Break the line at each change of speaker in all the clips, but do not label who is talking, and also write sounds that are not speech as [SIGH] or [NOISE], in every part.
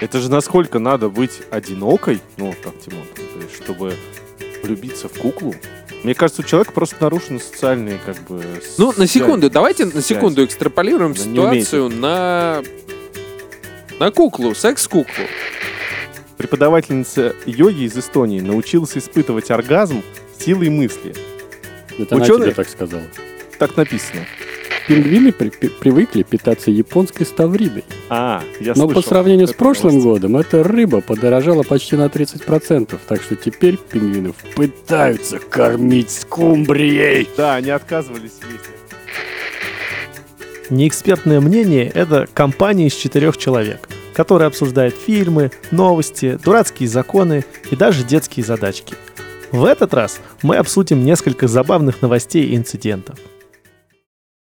Это же насколько надо быть одинокой, ну, как Тимон, говорит, чтобы влюбиться в куклу. Мне кажется, у человека просто нарушены социальные, как бы...
Ну, на
связи.
секунду, давайте на
Связь.
секунду экстраполируем
Да не умеете.
ситуацию на... На куклу, секс-куклу.
Преподавательница йоги из Эстонии научилась испытывать оргазм силой мысли.
Это она
Ученые-
тебе так сказала.
Так написано.
Пингвины при- пи- привыкли питаться японской ставридой.
А, я
Но по
слышал
сравнению с
эту
прошлым
новость.
годом эта рыба подорожала почти на 30%, так что теперь пингвинов пытаются кормить скумбрией.
Да, они отказывались есть.
Неэкспертное мнение – это компания из четырех человек, которая обсуждает фильмы, новости, дурацкие законы и даже детские задачки. В этот раз мы обсудим несколько забавных новостей и [LAUGHS] инцидентов.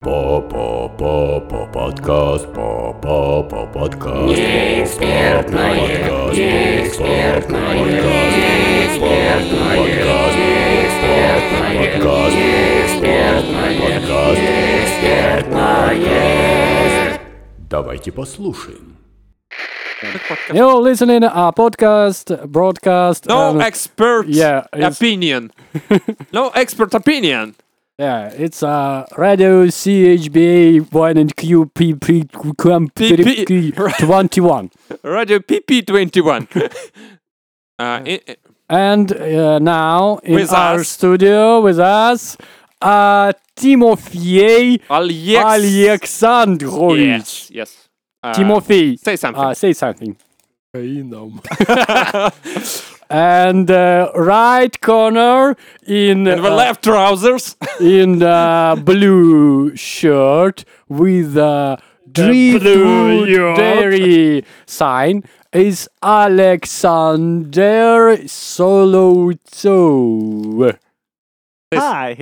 По-по-по-по подкаст, по-по-по подкаст. Неэкспертное, неэкспертное, неэкспертное, подкаст, неэкспертное, подкаст, неэкспертное. Давайте послушаем.
You're listening a podcast, broadcast.
No
and-
expert
yeah, it's-
opinion. No expert opinion.
yeah, it's a radio CHBA 1 and
PP.
QPP21.
Radio PP21. Uh, i- i-
And uh, now in
With
our
us.
studio with us, uh, Timofey
Alex-
Alexandrovich.
Yes, yes. Uh,
Timofey,
Say something.
uh, say something. and uh, right corner in
In the
uh,
left trousers. [LAUGHS]
in uh, blue shirt with uh,
blue
Driftwood
yacht.
Dairy sign is Alexander Soloto.
oh,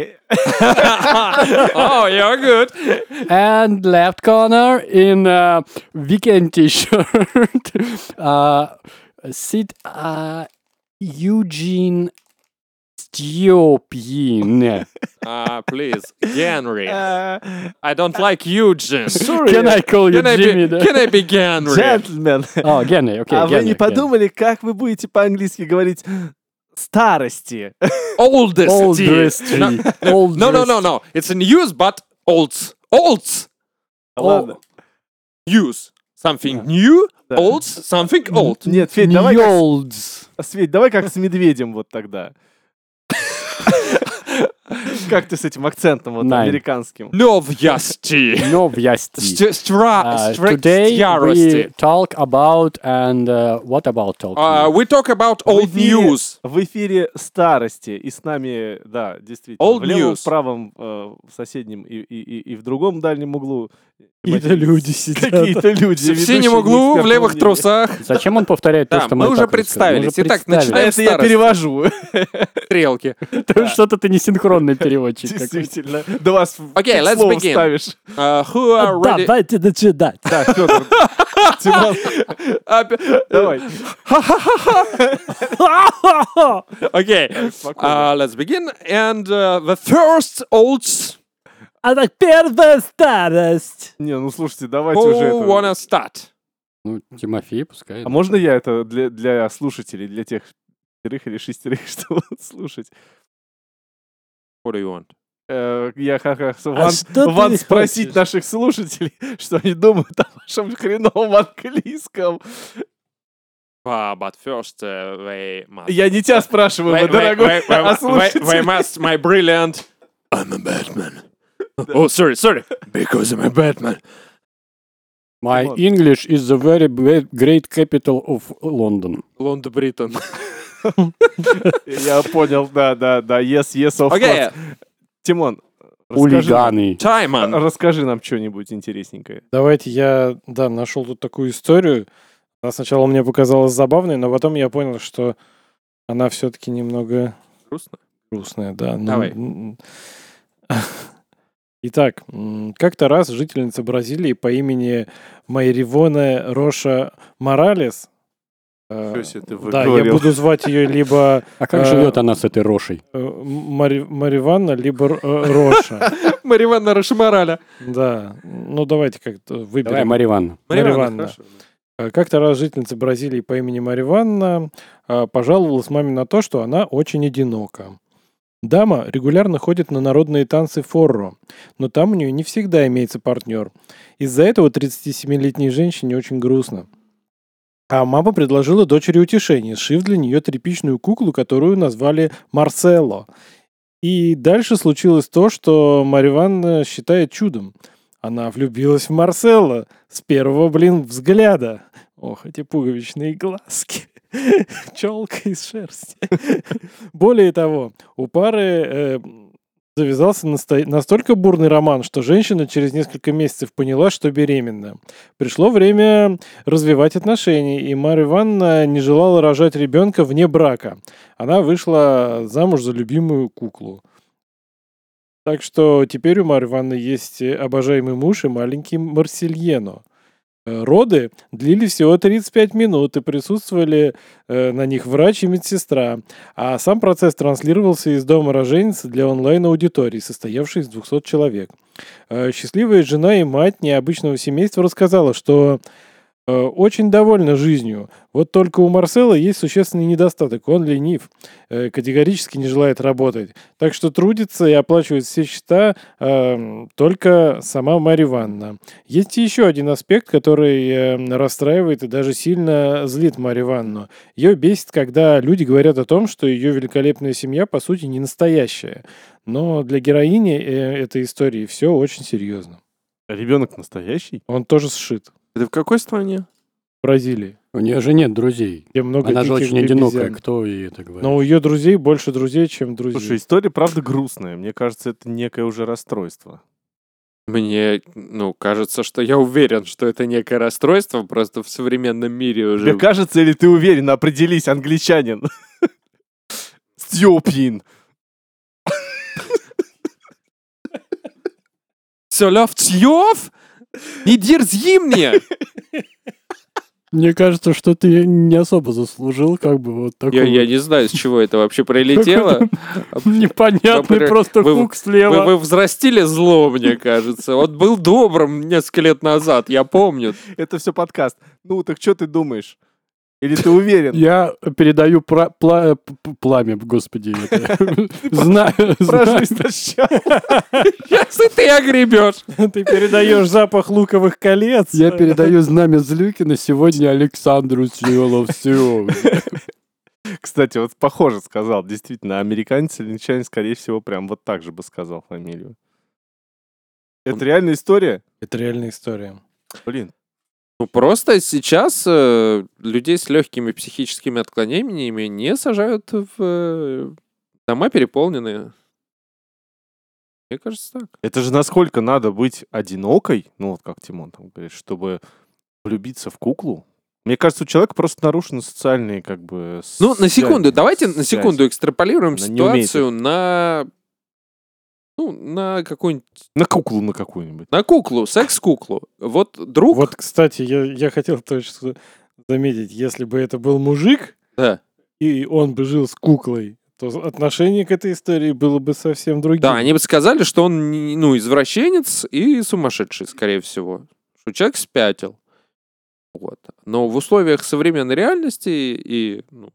you're good.
and left corner in uh, weekend t-shirt [LAUGHS] uh, sit uh, Eugene Stiopin.
Uh, please, Henry. I don't like Eugene.
Can I call you
Can I
Jimmy?
be,
да?
can I be Henry?
Джентльмен,
[LAUGHS]
Oh, Genry, okay.
а вы
Genry,
не
Genry.
подумали, как вы будете по-английски говорить
[LAUGHS]
«старости»?
Oldest.
Old
tea.
dress
No,
tree. [LAUGHS] Old
no, no,
dress-
no, no. It's in use, but olds. Olds.
Ладно.
Use. Something new, olds, something old.
Нет, Федь, давай как,
Yolds.
Федь, давай как с медведем вот тогда. Как ты с этим акцентом вот
Nein.
американским?
Новости.
Новости.
Ст- Стра...
Uh,
стра-
today we
ярости.
talk about and uh, what about talk? [LAUGHS]
Uh, we talk about old
В эфире-
news.
В эфире старости. И с нами, да, действительно.
Old
в левом,
news.
в правом, э, в соседнем и, и- и- и в другом дальнем углу.
Какие-то
[LAUGHS]
люди сидят.
[LAUGHS]
Какие-то люди.
В
ведущие
синем углу, в
неэкспертного
левых
мнения.
трусах.
Зачем он повторяет то,
Да,
что
мы
мы и
уже
так рассказали? Мы
представились. Итак,
представили.
А
начинаем.
это я
Старости.
перевожу. [LAUGHS]
Стрелки.
Это [LAUGHS] Что-то ты несинхронный переводчик. какой-то.
Действительно. Да вас в-
Окей,
к
let's
слову
begin.
ставишь.
Uh, who are ready?
Ну, Давайте начинать. [LAUGHS]
Да, Фёдор. [LAUGHS]
[LAUGHS]
Тимон,
Uh,
давай.
[LAUGHS] okay, uh, let's begin. And uh, the first olds
А так первая старость.
Не, ну слушайте, давайте уже
who
это...
wanna start.
Ну, Тимофей пускай.
А можно я это для, для слушателей, для тех пятерых или шестерых, [LAUGHS] что будут слушать?
What do you want?
Э, Я как раз ван,
А что ты
ван спросить
хочешь?
наших слушателей, [LAUGHS] что они думают о вашем хреновом английском.
Uh, but first, uh, they must.
Я не тебя спрашиваю, мой
They- they-
дорогой,
they- they-
а
they- they
слушателей.
must, my brilliant. I'm a Batman. Oh, sorry, sorry. Because I'm a Batman.
My
Вот.
English is the very b- great capital of London.
London Britain.
Я понял, да, да, да, yes, yes, of
Окей.
course. Тимон, расскажи нам-
Хулиганы.
Тайман.
расскажи нам что-нибудь интересненькое.
Давайте я, да, нашел тут такую историю. Она сначала мне показалась забавной, но потом я понял, что она все-таки немного
Грустно?
грустная, да. Ну,
Давай.
м. [LAUGHS] Итак, м, как-то раз жительница Бразилии по имени Майривона Роша Моралес. э,
Чё себе ты
да, я
выговорил.
буду
[LAUGHS]
звать ее либо
А как
Э,
живет она с этой Рошей?
э, Мари- Мариванна, либо Р- э,
[LAUGHS]
Роша.
Мариванна Рашмараля.
Да. Ну, давайте как-то
Давай,
выберем.
Мария Ивановна.
Марья
Мариванна,
Ивановна.
хорошо.
Э, Как-то раз жительница Бразилии по имени Марья Ивановна э, пожаловалась маме на то, что она очень одинока. Дама регулярно ходит на народные танцы форро, но там у нее не всегда имеется партнер. Из-за этого 37-летней женщине очень грустно. А мама предложила дочери утешение, сшив для нее тряпичную куклу, которую назвали Марсело. И дальше случилось то, что Марья Ивановна считает чудом. Она влюбилась в Марсело с первого, блин, взгляда. Ох, эти пуговичные глазки. [LAUGHS] Челка из шерсти. [LAUGHS] Более того, у пары э, завязался насто- настолько бурный роман, что женщина через несколько месяцев поняла, что беременна. Пришло время развивать отношения, и Марья Ивановна не желала рожать ребенка вне брака. Она вышла замуж за любимую куклу. Так что теперь у Марьи Ивановны есть э, обожаемый муж и маленький Марсельено. Э, Роды длились всего 35 минут, и присутствовали э, на них врач и медсестра. А сам процесс транслировался из дома роженицы для онлайн-аудитории, состоявшей из 200 человек. Э, Счастливая жена и мать необычного семейства рассказала, что э, очень довольна жизнью. Вот только у Марсела есть существенный недостаток. Он ленив, э, категорически не желает работать. Так что трудится и оплачивает все счета эм, только сама Марья Ивановна. Есть и еще один аспект, который эм, расстраивает и даже сильно злит Марью Ивановну. Ее бесит, когда люди говорят о том, что ее великолепная семья, по сути, не настоящая. Но для героини э, этой истории все очень серьезно.
Ребенок настоящий?
Он тоже сшит
Это в какой стране?
в Бразилии,
У нее же нет друзей.
где
Ну,
много
Она же
диких
очень одинокая,
обезьян.
кто ей это говорит?
Но у ее друзей больше друзей, чем друзей.
Слушай, история, правда, грустная. Мне кажется, это некое уже расстройство.
Мне, ну, кажется, что я уверен, что это некое расстройство просто в современном мире уже.
Тебе кажется, или ты уверен, определись, англичанин? [LAUGHS] Стёпин.
Сёлёв Цьёв? Не дерзи мне!
Мне кажется, что ты не особо заслужил как бы вот
[LAUGHS]
такой
Я, я не знаю, с чего это вообще прилетело.
[LAUGHS] непонятный
Во-первых,
просто
вы-
хук
Вы,
слева.
вы взрастили зло, мне кажется. Он был добрым несколько лет назад, я помню.
Это все подкаст. Ну, так что ты думаешь? Или ты уверен?
[LAUGHS] Я передаю пра- пла- п- п- пламя, господи. это. [LAUGHS] Знаю,
Про
знаю.
жизнь сначала.
Если ты огребешь.
[LAUGHS] Ты передаешь запах луковых колец.
Я передаю знамя Злюкина сегодня Александру Силовцеву.
Кстати, вот похоже сказал. Действительно, американец или англичанин, скорее всего, прям вот так же бы сказал фамилию. Это реальная история?
Это реальная история.
Блин,
Ну, просто сейчас э, людей с легкими психическими отклонениями не сажают в э, дома переполненные. Мне кажется, так.
это же насколько надо быть одинокой, ну вот как Тимон там говорит, чтобы влюбиться в куклу. Мне кажется, у человека просто нарушены социальные как бы...
Ну, на
связи.
секунду, давайте на
связь.
секунду экстраполируем
Она не умеет
ситуацию на... Ну, на какую-нибудь...
На куклу на какую-нибудь.
На куклу, секс-куклу. Вот друг...
Вот, кстати, я, я хотел точно заметить, если бы это был мужик,
Да.
и он бы жил с куклой, то отношение к этой истории было бы совсем другим.
Да, они бы сказали, что он, не- ну, извращенец и сумасшедший, скорее всего. Что человек спятил. Вот. Но в условиях современной реальности и ну,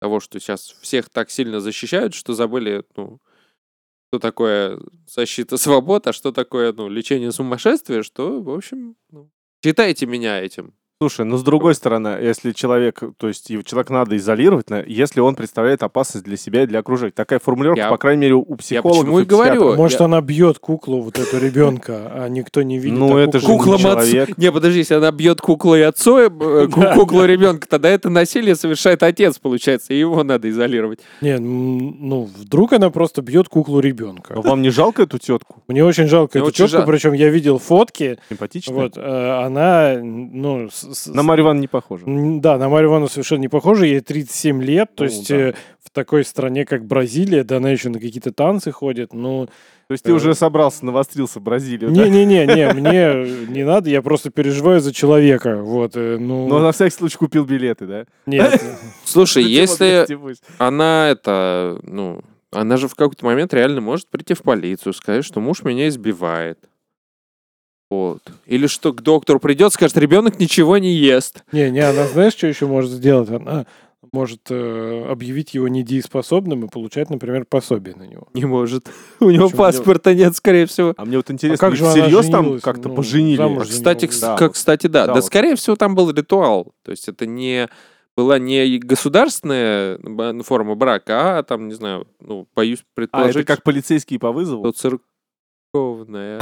того, что сейчас всех так сильно защищают, что забыли, ну, что такое защита [LAUGHS] свобод, а что такое, ну, лечение сумасшествия, что, в общем, ну, считайте меня этим.
Слушай, ну с другой стороны, если человек, то есть его человек надо изолировать, на- если он представляет опасность для себя и для окружающих. Такая формулировка,
Я-
по крайней мере, у психологов
почему и
психиатров.
говорю.
Может,
Я-
она бьет куклу, вот эту ребенка, а никто не видит.
Ну,
а
это же
кукла-
Кукла
Кукла
не
отца-
человек.
Не, подожди, если она бьет куклу и отцо, э, э, ку- куклу ребенка, тогда это насилие совершает отец, получается, и его надо изолировать.
Не, м, ну, вдруг она просто бьет куклу ребенка.
Но вам не жалко эту тетку?
Мне очень жалко
Мне
эту
очень
тетку,
жаль.
причем я видел фотки.
Симпатичная?
Вот, э, она, ну, с- с-
На Марью Ивановну не похоже.
М, Да, на Марью Ивановну совершенно не похоже. Ей 37 лет, то
Ну,
есть
да.
э, в такой стране, как Бразилия, да она еще на какие-то танцы ходит. Ну,
То есть ты
э,
уже собрался, навострился в Бразилию, да?
[LAUGHS]
не-не-не-не, мне э, не надо, я просто переживаю за человека. Вот, э, ну,
Но на всякий случай купил билеты, да?
нет. э,
Слушай,
Ну, Тимон,
если
прости, пусть.
она это, ну, она же в какой-то момент реально может прийти в полицию, сказать, что муж меня избивает. Вот. Или что к доктору придет, скажет, ребенок ничего не ест.
Не, не, она знаешь, что еще может сделать? Она может э, объявить его недееспособным и получать, например, пособие на него.
Не может. У него
Почему
паспорта нет, скорее всего.
А мне вот интересно,
как
их
же она
всерьез там
женилась?
как-то
Ну,
поженили? А,
замуж же.
Кстати,
него,
кс-
да,
как,
вот.
кстати, да.
Да,
Да,
вот.
скорее всего, там был ритуал. То есть это не была не государственная б- форма брака, а там, не знаю, ну, боюсь
А,
предположить,
это как полицейские по вызову?
что
[LAUGHS]
церковная.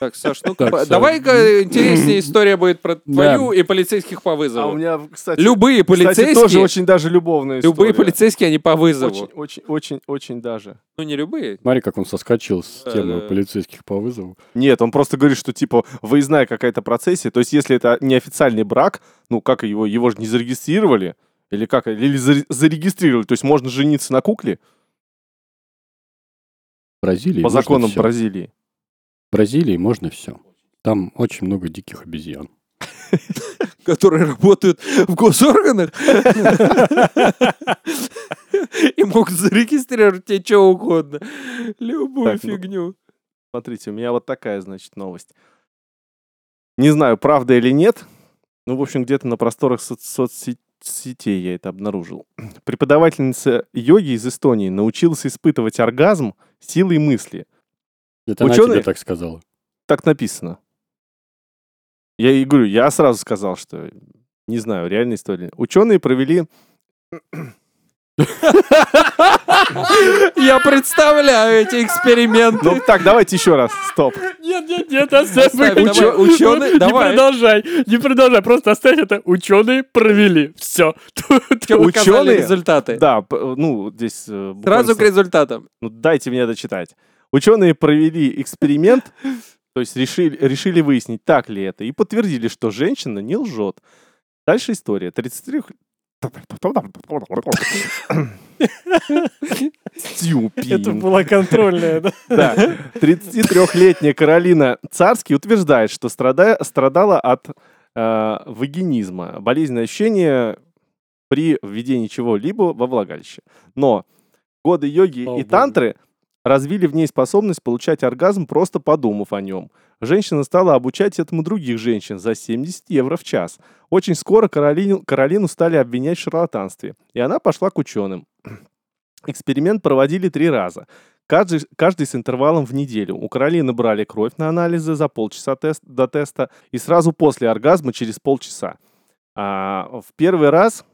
Так, Саш, ну
Так, Саш.
давай-ка интереснее история будет про твою и полицейских по
А у
вызову.
меня, кстати,
Любые
кстати, тоже
полицейские,
очень даже любовная история.
любые полицейские, они по
Очень,
вызову.
очень, очень, очень даже.
Ну, не любые.
Смотри, как он соскочил с
Да,
темы
да.
полицейских по вызову.
Нет, он просто говорит, что типа выездная какая-то процессия. То есть, если это неофициальный брак, ну как его, его же не зарегистрировали. Или как? Или заре- зарегистрировали. То есть можно жениться на кукле
В Бразилии
по
можно
законам
всё.
Бразилии.
В Бразилии можно все. Там очень много диких обезьян.
которые работают в госорганах [LAUGHS] и могут зарегистрировать тебе что угодно. Любую
Так, ну.
фигню.
Смотрите, у меня вот такая, значит, новость. Не знаю, правда или нет. Ну, в общем, где-то на просторах соц- соцсетей я это обнаружил. [CLEARS THROAT] Преподавательница йоги из Эстонии научилась испытывать оргазм силой мысли.
Это она
Учёные?
тебе так сказала.
Так написано. Я и говорю, я сразу сказал, что не знаю, реальная история. Ученые провели...
Я представляю эти
Ну
эксперименты.
так, давайте еще раз. Стоп.
Нет, нет, нет, оставь.
Оставь, давай,
Учё-
учёный,
не
давай.
продолжай, не продолжай, просто оставь это. Ученые провели. Все.
Чё показали
Ну, учёные-
результаты?
Да, п- ну, здесь... э, буквально
Сразу к результатам.
Ну, дайте мне дочитать. Ученые провели эксперимент, то есть решили, решили выяснить, так ли это, и подтвердили, что женщина не лжет. Дальше история. 33...
Это
Стюпин.
была контрольная, да?
Да. 33-летняя Каролина Царский утверждает, что страда- страдала от э, вагинизма, болезненное ощущение при введении чего-либо во влагалище. Но годы йоги
Слава
и
богу.
тантры развили в ней способность получать оргазм, просто подумав о нем. Женщина стала обучать этому других женщин за 70 евро в час. Очень скоро Каролину, Каролину стали обвинять в шарлатанстве, и она пошла к ученым. Эксперимент проводили три раза. Каждый, каждый с интервалом в неделю. У Каролины брали кровь на анализы за полчаса тест- до теста и сразу после оргазма через полчаса. А, в первый раз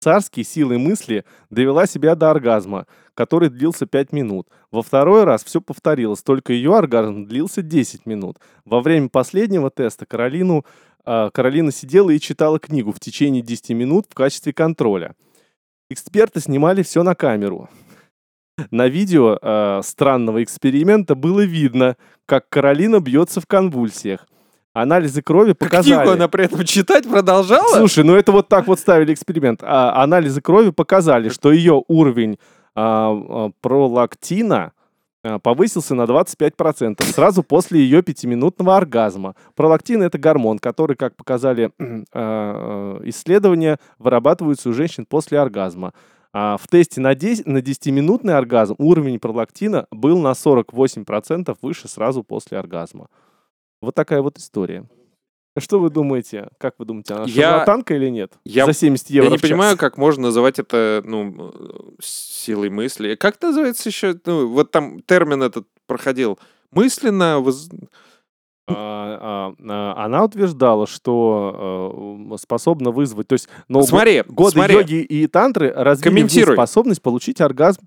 царский силой мысли довела себя до оргазма, который длился 5 минут. Во второй раз все повторилось, только ее оргазм длился 10 минут. Во время последнего теста Каролину, а, Каролина сидела и читала книгу в течение 10 минут в качестве контроля. Эксперты снимали все на камеру. На видео э, странного эксперимента было видно, как Каролина бьется в конвульсиях. Анализы крови показали...
Книгу она при этом читать продолжала?
Слушай, ну это вот так вот ставили эксперимент. А, анализы крови показали, что ее уровень а, а, пролактина а, повысился на 25% сразу после ее пятиминутного оргазма. Пролактин — это гормон, который, как показали [CLEARS THROAT] а, исследования, вырабатывается у женщин после оргазма. А в тесте на, 10, на 10-минутный оргазм уровень пролактина был на 48% выше сразу после оргазма. Вот такая вот история. Что вы думаете? Как вы думаете, она
Я-
шарлатанка или нет?
Я-
За 70 евро
Я не
в час.
понимаю, как можно называть это, ну, э, силой мысли. Как называется еще, ну, вот там термин этот проходил. Мысленно, воз-
А, а, а, Она утверждала, что э, способна вызвать... То есть, но
Смотри,
годы
смотри.
йоги и тантры развили в ней
Комментируй.
способность получить оргазм,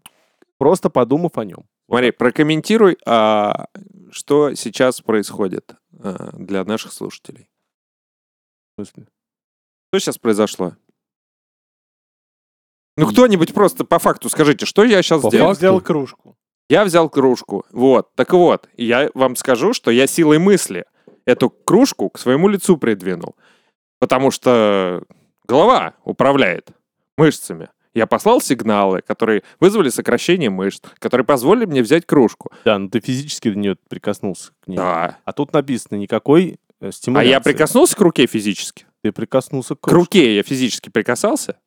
просто подумав о нем.
Смотри, прокомментируй, а, что сейчас происходит а, для наших слушателей.
В смысле?
Что сейчас произошло? Ну, кто-нибудь просто по факту скажите, что я сейчас
По
сделал?
факту?
Взял кружку.
Я взял кружку. Вот. Так вот, я вам скажу, что я силой мысли эту кружку к своему лицу придвинул. Потому что голова управляет мышцами. Я послал сигналы, которые вызвали сокращение мышц, которые позволили мне взять кружку.
Да, но ты физически до нее прикоснулся к ней.
Да.
А тут написано никакой э,
А
стимуляции.
я прикоснулся к руке физически?
Ты прикоснулся к
К руке я физически прикасался?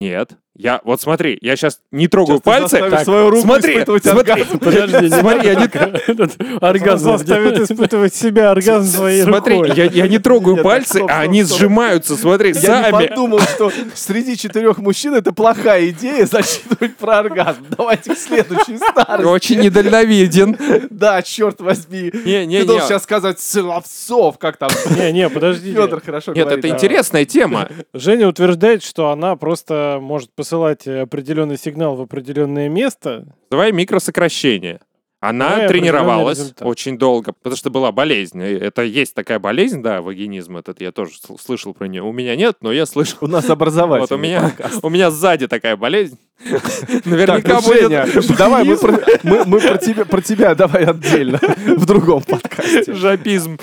Нет. Я, вот смотри, я сейчас не трогаю
Сейчас ты
пальцы.
заставишь свою руку
смотри,
испытывать
смотри,
Подожди, не
смотри, я не,
Этот
Он
Оргазм.
заставит испытывать себя оргазм своей
смотри,
рукой.
я, я не трогаю
Нет,
пальцы,
стоп,
а
стоп,
они
стоп.
сжимаются, смотри,
Я не
сами.
подумал, что среди четырех мужчин это плохая идея засчитывать про оргазм. Давайте к следующей старости.
Очень недальновиден.
Да, черт возьми.
Не, не,
Ты должен
не.
сейчас сказать Соловцов, как там
Не, не, подожди.
Федор хорошо
Нет,
говорит.
это интересная тема.
Женя утверждает, что она просто может посылать э, определенный сигнал в определенное место.
[LAUGHS] Давай микросокращение. Она
Ну и определенный
тренировалась
результат.
очень долго, потому что была болезнь. И Это есть такая болезнь, да, вагинизм этот, я тоже сл- слышал про нее. У меня нет, но
[LAUGHS]
я слышал.
У нас образование.
Вот у меня, у меня сзади такая болезнь.
Так, ну,
Наверняка
Женя,
будет...
давай мы, про, мы- мы про тебя, про тебя давай отдельно в другом подкасте.
Жапизм.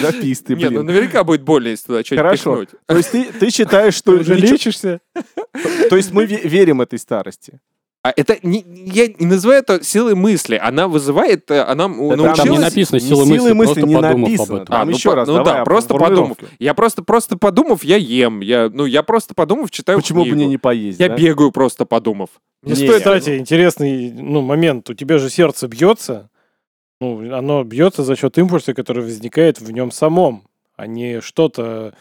Жописты,
Нет, ну
блин.
наверняка будет больно, если туда что-нибудь
Хорошо.
пихнуть.
То есть ты, ты считаешь, что...
Ты уже
ничего-
лечишься?
То есть мы ве- верим этой старости.
А это не, я не называю это силой мысли. Она вызывает, э, она м,
Да Ну, там Там
научилась...
Там не
Училась?
написано
Не
сила мысли, просто
не
подумав об
написано.
этом.
Там
А, ну
еще
по-
раз,
ну
давай
да,
о
просто
формулировке.
Я просто, просто подумав, я ем. Я, ну, я просто подумав, читаю
Почему бы
книгу.
мне не поесть?
Я
да?
бегаю просто подумав.
Не
Мне
стоит,
стоит
кстати, интересный ну, момент. У тебя же сердце бьется. Ну, оно бьется за счет импульса, который возникает в нем самом, а не что-то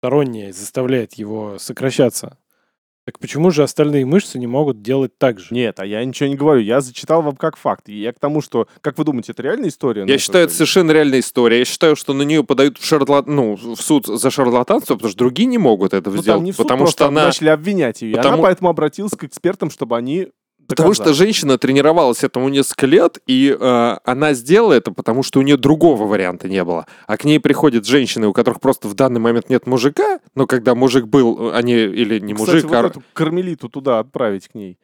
стороннее заставляет его сокращаться. Так почему же остальные мышцы не могут делать так же?
Нет, а я ничего не говорю. Я зачитал вам как факт. И я к тому, что... Как вы думаете, это реальная история? Ну,
Я считаю, это совершенно реальная история. Я считаю, что на нее подают в, шарлат... ну, в суд за шарлатанство, потому что другие не могут этого
Ну,
сделать.
там не в суд,
потому
просто
что она.
начали обвинять ее. И
Потому-
она поэтому обратилась к экспертам, чтобы они
Потому что
доказали.
женщина тренировалась этому несколько лет, и э, она сделала это, потому что у нее другого варианта не было. А к ней приходят женщины, у которых просто в данный момент нет мужика, но когда мужик был, э, они или не
Кстати,
мужик,
вот
а
эту кармелиту туда отправить к ней.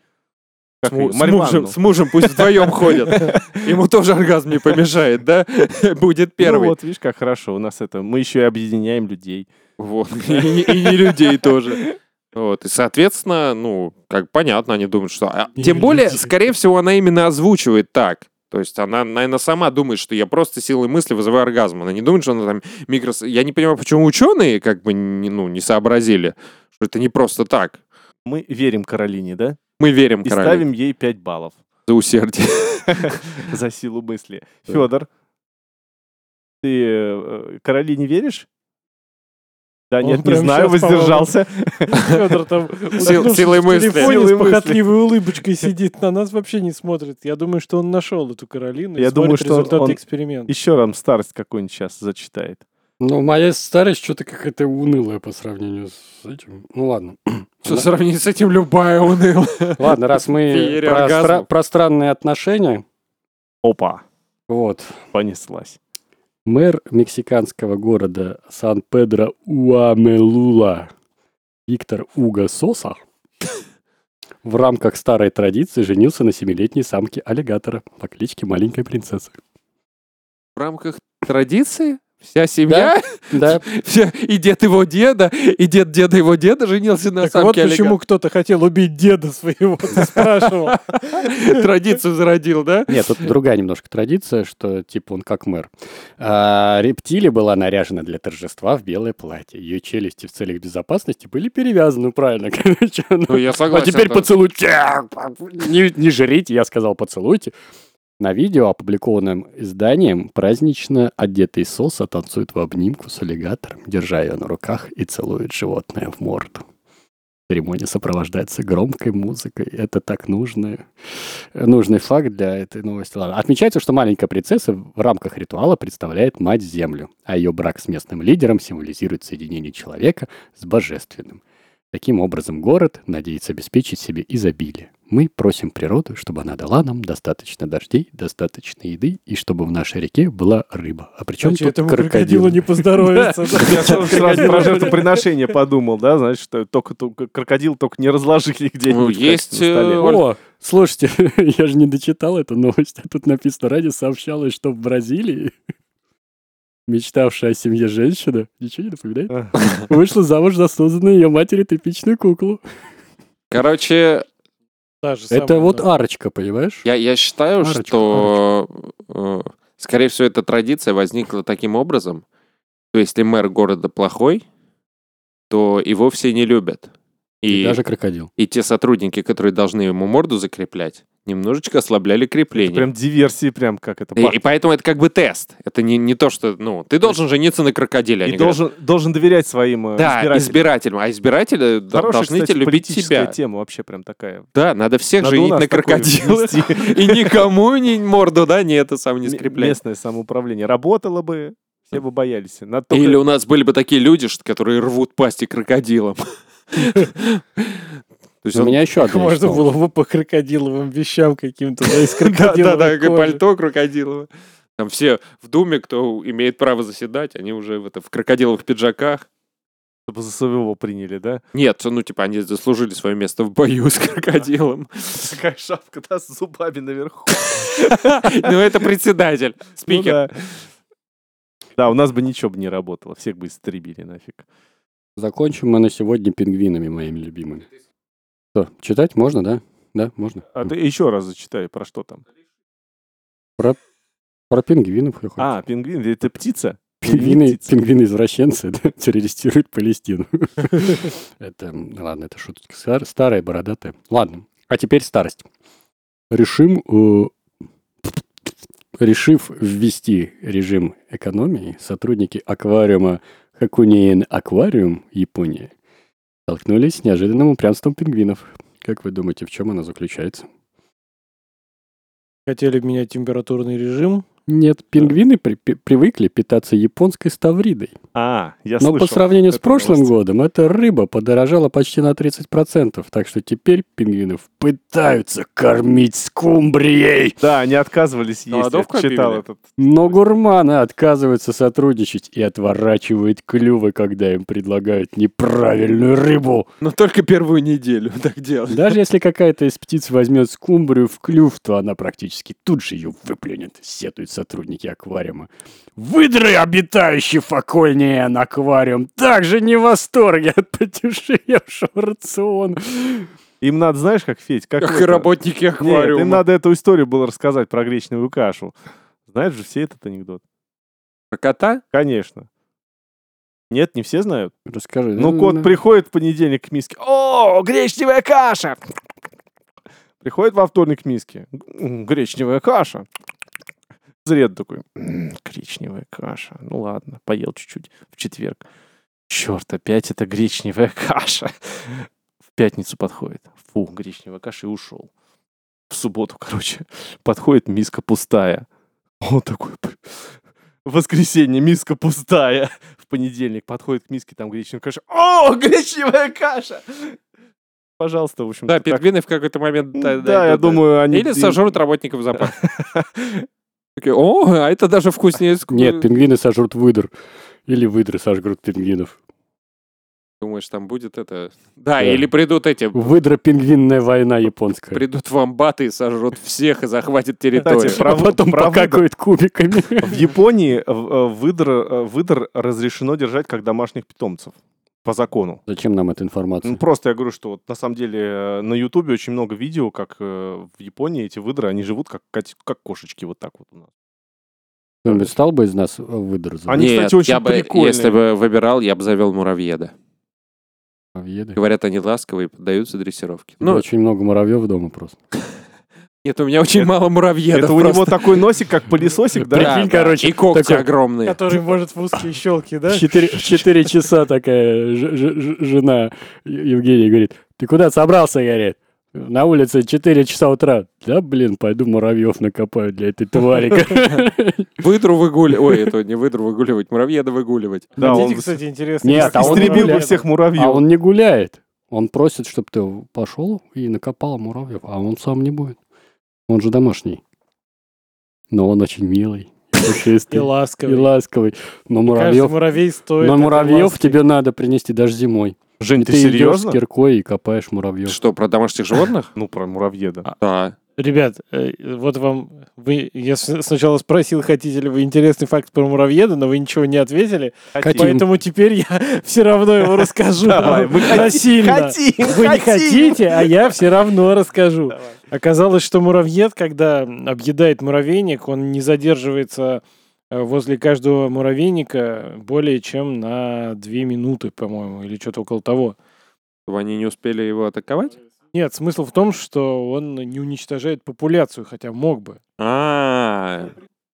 с,
Как ее?
му- с
Марьванну.
мужем, с мужем пусть вдвоем ходят.
[LAUGHS]
Ему тоже оргазм не помешает, да? [LAUGHS] Будет
Ну
первый.
вот, видишь, как хорошо у нас это. Мы еще и объединяем людей.
Вот. [LAUGHS] И, не- и не людей тоже. Вот. И, соответственно, ну, как понятно, они думают, что... а,
Не
тем более,
людей.
скорее всего, она именно озвучивает так. То есть она, наверное, сама думает, что я просто силой мысли вызываю оргазм. Она не думает, что она там микрос... Я не понимаю, почему ученые как бы не, ну, не сообразили, что это не просто так.
Мы верим Каролине, да?
Мы верим,
И
королю,
ставим ей 5 баллов
за усердие. [LAUGHS]
[LAUGHS] за силу мысли. Федор, ты э, Каролине веришь? Да,
Он
нет, не
прям
знаю,
щас, по-моему,
воздержался.
Федор там
Сил- силой
силой
мысли.
мысли. в телефоне
Силой
с похотливой улыбочкой сидит, на нас вообще не смотрит. Я думаю, что он нашел эту Каролину и
Я думаю,
смотрит
что он-
результаты
он-
эксперимента.
Еще раз старость какую-нибудь сейчас зачитает.
Ну, моя старость что-то какая-то унылая по сравнению с этим. Ну, ладно.
Что сравнить с этим любая уныла.
Ладно, раз мы
Феерия
про
оргазмов.
стра- про странные отношения,
Опа,
вот,
[LAUGHS]
понеслась.
Мэр мексиканского города Сан-Педро Уамелула Виктор Уго [LAUGHS] Соса в рамках старой традиции женился на семилетней самке аллигатора по кличке Маленькая Принцесса.
В рамках традиции вся семья
Да,
Все, и дед его деда, и дед деда его деда женился на
Так
самке
вот почему
аллигатора.
кто-то хотел убить деда своего, ты спрашивал.
Традицию зародил, да?
нет, тут другая немножко традиция, что типа он как мэр. А, рептилия была наряжена для торжества в белое платье. Ее челюсти в целях безопасности были перевязаны, правильно, [LAUGHS] короче. она-
Ну, я
А
согласен.
теперь
да.
поцелуйте. Не, не жрите, я сказал поцелуйте. На видео, опубликованном изданием, празднично одетый соса танцует в обнимку с аллигатором, держа ее на руках и целует животное в морду. Церемония сопровождается громкой музыкой. Это так нужно. Нужный факт для этой новости. Ладно. Отмечается, что маленькая принцесса в рамках ритуала представляет мать землю, а ее брак с местным лидером символизирует соединение человека с божественным. Таким образом, город надеется обеспечить себе изобилие. Мы просим природу, чтобы она дала нам достаточно дождей, достаточно еды, и чтобы в нашей реке была рыба. А причем
Иначе
тут
этому
крокодил?
крокодилу не поздоровится.
[LAUGHS] Я тоже сразу про жертвоприношение подумал, да, значит, что только, только крокодил только не разложили [LAUGHS] где-нибудь.
Ну,
так,
есть,
на столе.
э,
О, слушайте, [LAUGHS] я же не дочитал эту новость. А Тут написано, ранее сообщалось, что в Бразилии [LAUGHS] мечтавшая о семье женщина, ничего не напоминает,
Ага.
вышла замуж за созданную ее матери типичную куклу.
Короче,
Это вот арочка, понимаешь?
я, я считаю,
Арочка,
что, э, скорее всего, эта традиция возникла таким образом, что если мэр города плохой, то и вовсе не любят. И,
И даже крокодил.
и те сотрудники, которые должны ему морду закреплять, немножечко ослабляли крепление.
Прям диверсии, прям как это.
Э, И,
пах-
и поэтому это как бы тест. Это не, не то, что, ну, ты должен жениться на крокодиле.
И
они
должен, должен доверять своим э,
говорят. Да,
избирателям.
избирателям. А избиратели д-
Хорошая,
должны
кстати,
тебя любить
политическая
тебя.
тема вообще прям такая.
Да, надо всех
Надо у
женить
нас
на
такое
крокодилах.
ввести.
И никому не морду, да, не это сам не
М-
скреплять.
Местное самоуправление. Работало бы, все бы боялись. Надо только-
Или у нас были бы такие люди, что- которые рвут пасти крокодилам. То есть
У
он-
меня
[LAUGHS]
еще одна
Можно
история.
было бы по крокодиловым вещам каким-то, да, из
Да, да, да,
крокодиловой
как
кожи.
пальто крокодилово. Там все в Думе, кто имеет право заседать, они уже в, это, в крокодиловых пиджаках.
чтобы за своего приняли, да?
Нет, ну типа они заслужили свое место в бою с крокодилом.
[LAUGHS] Такая шапка, да, с зубами [LAUGHS] наверху.
Ну это председатель,
Ну
спикер.
да. Да, у нас бы ничего бы не работало. Всех бы истребили нафиг.
Закончим мы на сегодня пингвинами моими любимыми. Что, читать можно, да? Да, можно. Ну,
А ты еще раз зачитай, про что там.
Про пингвинов. я хочу.
А, пингвин, это птица?
Пингвины,
птица.
пингвины-извращенцы [LAUGHS] да, террористируют Палестину. [LAUGHS] Это, ну ладно, это шутка. Стар- Старая, бородатая. Ладно, а теперь старость. Решим, э, решив ввести режим экономии, сотрудники аквариума Хакунеин Аквариум, Япония, столкнулись с неожиданным упрямством пингвинов. Как вы думаете, в чем оно заключается?
Хотели менять температурный режим.
Нет, пингвины при- пи- привыкли питаться японской ставридой.
А, я
Но
слышал.
Ну, по сравнению с
эту
прошлым
новость.
годом эта рыба подорожала почти на 30%, так что теперь пингвинов пытаются кормить скумбрией.
Да, они отказывались есть. Я
Голодовку
читал
объявили?
этот.
Но гурманы отказываются сотрудничать и отворачивают клювы, когда им предлагают неправильную рыбу.
Но Ну, только первую неделю так делать.
Даже если какая-то из птиц возьмет скумбрию в клюв, то она практически тут же ее выплюнет, сетуют сотрудники аквариума. Выдры, обитающие в окольне на аквариум, также не в восторге от подешевшего рациона.
Им надо, знаешь, как Федь, как,
Как
это-
и работники
Нет, им
аквариума.
надо эту историю было рассказать про гречневую кашу. Знаешь же все этот анекдот?
Про кота?
Конечно. Нет, не все знают.
Расскажи.
Ну, кот приходит в понедельник к миске. О, гречневая каша! Приходит во вторник к миске. «М, Гречневая каша. Зред такой. «М, Гречневая каша. Ну ладно, поел чуть-чуть в четверг. Черт, опять это гречневая каша. В пятницу подходит. Фу, гречневая каша и ушел. В субботу, короче, [LAUGHS] подходит миска пустая. Он такой... «П- В воскресенье миска пустая в понедельник подходит к миске, там гречневая каша. О, гречневая каша! Пожалуйста, в общем.
Да, пингвины в какой-то момент...
Ну Да,
да,
я
идут, да.
думаю, они...
Или сожрут работников зоопарка. Такие, О, а это даже вкуснее. ск-
Нет, пингвины сожрут выдр. Или выдры сожрут пингвинов.
Думаешь, там будет это? Да,
Да.
или придут эти...
Выдро-пингвинная война японская.
Придут вамбаты и сожрут всех и захватят территорию.
Кстати, про,
А
вы-
потом
про выдр.
покакают кубиками.
В Японии э, э, выдр, э, выдр разрешено держать как домашних питомцев по закону.
[LAUGHS] Зачем нам эта
Ну,
информация?
просто я говорю, что вот на самом деле э, на Ютубе очень много видео, как э, в Японии эти выдры, они живут как, кати- как кошечки вот так вот у нас.
Кто-нибудь Стал бы из нас э, выдр? за-
Они,
Нет,
кстати, очень
я бы,
прикольные.
если бы выбирал, я бы завел муравьеда.
Муравьеды.
Говорят, они ласковые, и поддаются дрессировке.
Ну,
Ну,
очень много муравьев дома просто.
нет, у меня очень мало муравьедов.
Это у него
просто.
такой носик, как пылесосик, да?
Да,
Прикинь,
да.
короче,
И когти
такой-
огромные.
Который может в узкие щелки, да?
В четыре- в четыре часа такая ж- ж- ж- жена Е- Евгения говорит, ты куда собрался, говорит? На улице 4 часа утра. Да, блин, пойду муравьев накопаю для этой твари. [LAUGHS]
Выдру выгуливать. Ой, это не выдру выгуливать, муравьеда выгуливать.
Да,
Хотите,
он
кстати, интересно.
Нет, а он
истребил бы
гуляет.
всех муравьев.
А он не гуляет. Он просит, чтобы ты пошел и накопал муравьев, а он сам не будет. Он же домашний. Но он очень милый,
[LAUGHS]
и
И
пушистый, и
ласковый.
ласковый. Но
Каждый
муравьев,
муравей стоит.
но
этой
муравьев
ласки.
тебе надо принести даже зимой.
Жень,
И
ты,
ты идешь с
серьезно?
киркой и копаешь муравьев.
Что, про домашних животных?
Ну, про муравьеда.
Да.
Ребят, э, вот вам... Вы, я с- сначала спросил, хотите ли вы интересный факт про муравьеда, но вы ничего не ответили.
Хотим.
Поэтому теперь я [LAUGHS] все равно его расскажу.
Давай, мы хотим,
Насильно.
хотим,
Вы не
хотим.
хотите, а я все равно расскажу. Оказалось, что муравьед, когда объедает муравейник, он не задерживается э, возле каждого муравейника более чем на две минуты, по-моему, или что-то около того.
Чтобы они не успели его атаковать?
Нет, смысл в том, что он не уничтожает популяцию, хотя мог бы.
А,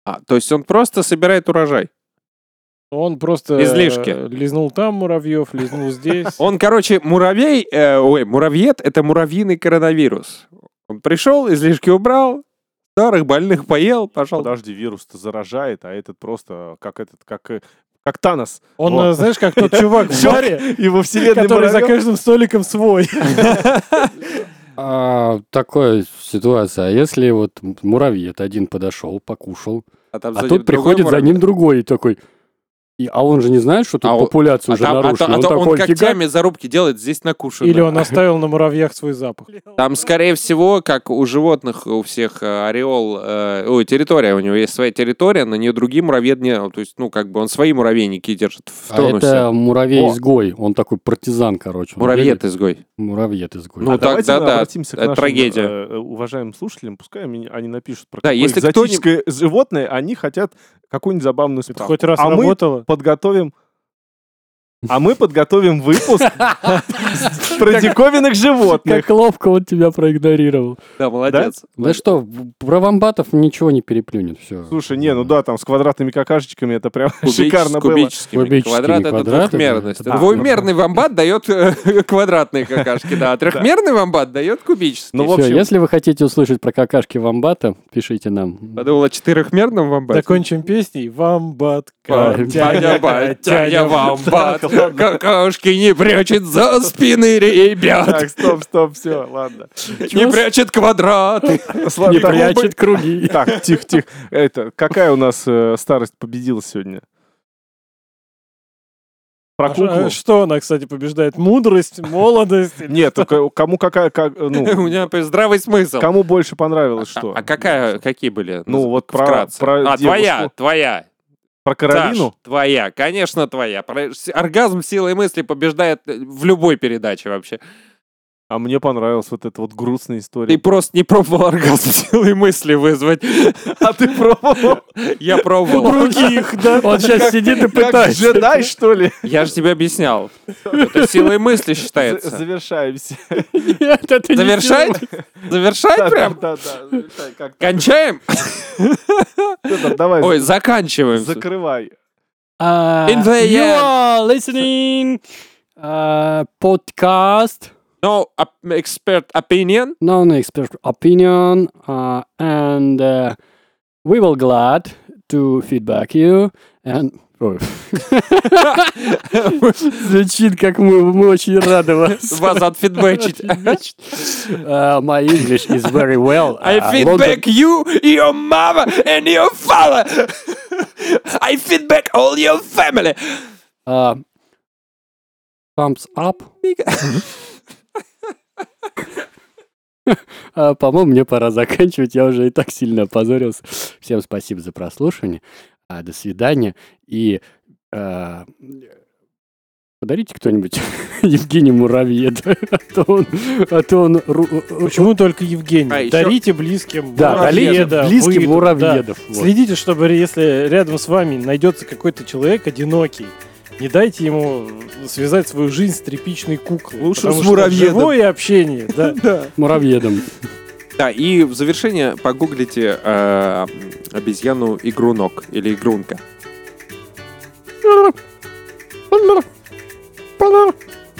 а то есть он просто собирает урожай.
Он просто э,
Излишки.
лизнул там муравьев, лизнул здесь.
[LAUGHS] Он, короче, муравей, э, ой, муравьед — это муравьиный коронавирус. Он пришел, излишки убрал, старых больных поел, пошел.
Подожди, вирус-то заражает, а этот просто как этот, как, э, как Танос.
Он,
Вот.
э, знаешь,
[LAUGHS]
как тот чувак в баре,
И во вселенной
который за
муравьев-
каждым столиком свой.
А, такая ситуация. А если вот м- муравей, это один подошел, покушал,
А, там
а
за ним
тут
другой
приходит за
муравей.
ним другой и такой... И, а он же не знает, что тут
А он- А
популяцию уже
там- а
нарушили.
то- а
он
то он,
такой, фига,
когтями зарубки делает, здесь накушено.
Или он оставил на муравьях свой запах.
Там, скорее всего, как у животных у всех э, ореол, э, ой, территория у него есть своя территория, на нее другие муравьи не, то есть, ну, как бы он свои муравейники держит в
А
тонусе.
это
О.
муравей-изгой. Он такой партизан, короче. Он
Муравьед изгой.
бегает. Муравьед-изгой.
Ну,
А,
А
так,
давайте
да,
мы
да,
обратимся к
э,
нашим
трагедия.
э, э, уважаемым слушателям, пускай они, они напишут про
Да,
какое
если кто-нибудь-
экзотическое животное, они хотят какую-нибудь забавную
Это
справку.
хоть раз
а мы
работало.
подготовим... А
[LAUGHS]
мы подготовим выпуск про диковинных животных.
Как ловко он тебя проигнорировал.
Да, молодец.
Да что, в- про вамбатов ничего не переплюнет. Все.
Слушай, не, ну да, там с квадратными какашечками это прям
Кубич-
шикарно было.
кубическими.
Кубическими
Квадрат это
квадратами.
двухмерность.
Да.
Двумерный вомбат дает э, [LAUGHS] квадратные
[LAUGHS]
какашки, да. А трехмерный вомбат дает кубические.
Ну, в
Всё,
общем,
если вы хотите услышать про какашки вамбата, пишите нам.
Подумал о четырехмерном вомбате.
Закончим песней. Вамбат.
Батя,
[LAUGHS]
батя, вомбат, какашки не прячет за спины ребят,
Так, стоп, стоп, все, ладно.
не прячет квадраты.
Слава-
ну,
так,
круги.
[LAUGHS] Так, тихо, тихо. Это, какая у нас э, старость победила сегодня? Про куклу?
А Что она, кстати, побеждает?
[LAUGHS]
Мудрость, молодость.
Нет, только кому какая, как, э, ну,
У меня здравый смысл.
Кому больше понравилось
А-
что?
А какая, какие были?
Ну, вот про-
вкратце.
про
А,
девушку.
твоя, твоя.
Про Каролину?
Саш, твоя, конечно, твоя. Про- с- Оргазм силой мысли побеждает э, в любой передаче вообще.
А мне понравилась вот эта вот грустная
Ты
история.
просто не пробовал оргазм [LAUGHS] силой мысли вызвать.
[LAUGHS] А ты [LAUGHS] пробовал?
Я пробовал.
Других, да?
[LAUGHS] Он сейчас сидит и
Как [LAUGHS]
пытается. [LAUGHS]
джедай, что ли?
Я же тебе объяснял. Это силой мысли
З-
считается.
Завершаемся.
Нет, это не
Завершать? Завершать прям?
Да, да, да. завершай, как-
Кончаем?
Фёдор, Давай,
Ой, заканчиваем.
закрывай.
А,
In the
You
end.
are listening а, podcast,
No op- expert opinion.
non-expert opinion, а, and а, we will glad to feedback you. And... [LAUGHS] Ой. Звучит, как мы, мы очень рады вас.
[LAUGHS]
Вас отфидбэчить.
[LAUGHS] Uh, my English is very well.
I
А,
Uh, London-
feedback you, your mama and your father. [LAUGHS] I feedback all your family.
Uh, thumbs up. А, По-моему, мне пора заканчивать. Я уже и так сильно опозорился. Всем спасибо за прослушивание. А, До свидания. И а, подарите кто-нибудь [LAUGHS] Евгению Муравьеда. А то он... А то он ру- ру-
Почему только
А
Евгений?
ещё-
Дарите близким
Да,
муравьеда,
дарите близким
выйду,
муравьедов.
да.
Вот.
Следите, чтобы если рядом с вами найдется какой-то человек одинокий, не дайте ему связать свою жизнь с тряпичной куклой.
Лучше
потому
с
что
муравьедом.
Живое общение, да.
Муравьедом.
Да, и в завершение погуглите э, обезьяну игрунок или игрунка.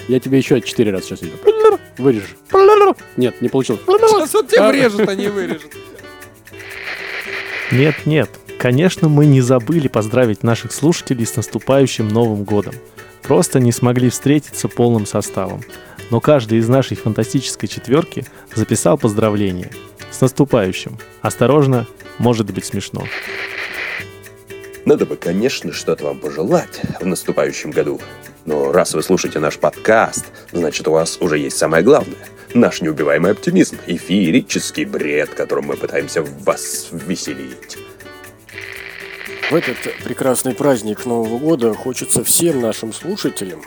Я тебе еще четыре раза сейчас иду. Вырежешь. Нет, не получилось.
Ну,
Сейчас вот тебе врежет, а не вырежет.
Нет, нет. Конечно, мы не забыли поздравить наших слушателей с наступающим Новым годом. Просто не смогли встретиться полным составом. Но каждый из нашей фантастической четверки записал поздравление. С наступающим. Осторожно, может быть смешно.
Надо бы, конечно, что-то вам пожелать в наступающем году. Но раз вы слушаете наш подкаст, значит, у вас уже есть самое главное. Наш неубиваемый оптимизм и феерический бред, которым мы пытаемся вас веселить.
В этот прекрасный праздник Нового года хочется всем нашим слушателям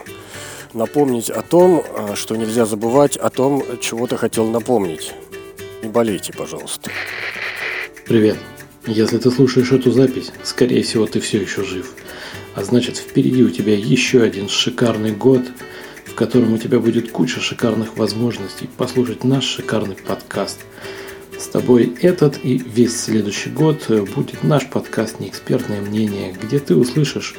напомнить о том, а, что нельзя забывать о том, чего ты хотел напомнить. Не болейте, пожалуйста.
Привет. Если ты слушаешь эту запись, скорее всего, ты все еще жив. А значит, впереди у тебя еще один шикарный год, в котором у тебя будет куча шикарных возможностей послушать наш шикарный подкаст. С тобой этот и весь следующий год э, будет наш подкаст «Неэкспертное мнение», где ты услышишь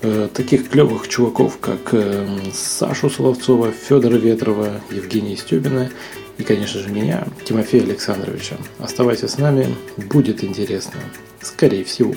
э, таких клевых чуваков, как э, Сашу Соловцова, Федора Ветрова, Евгения Стебина и, конечно же, меня, Тимофея Александровича. Оставайся с нами, будет интересно. Скорее всего.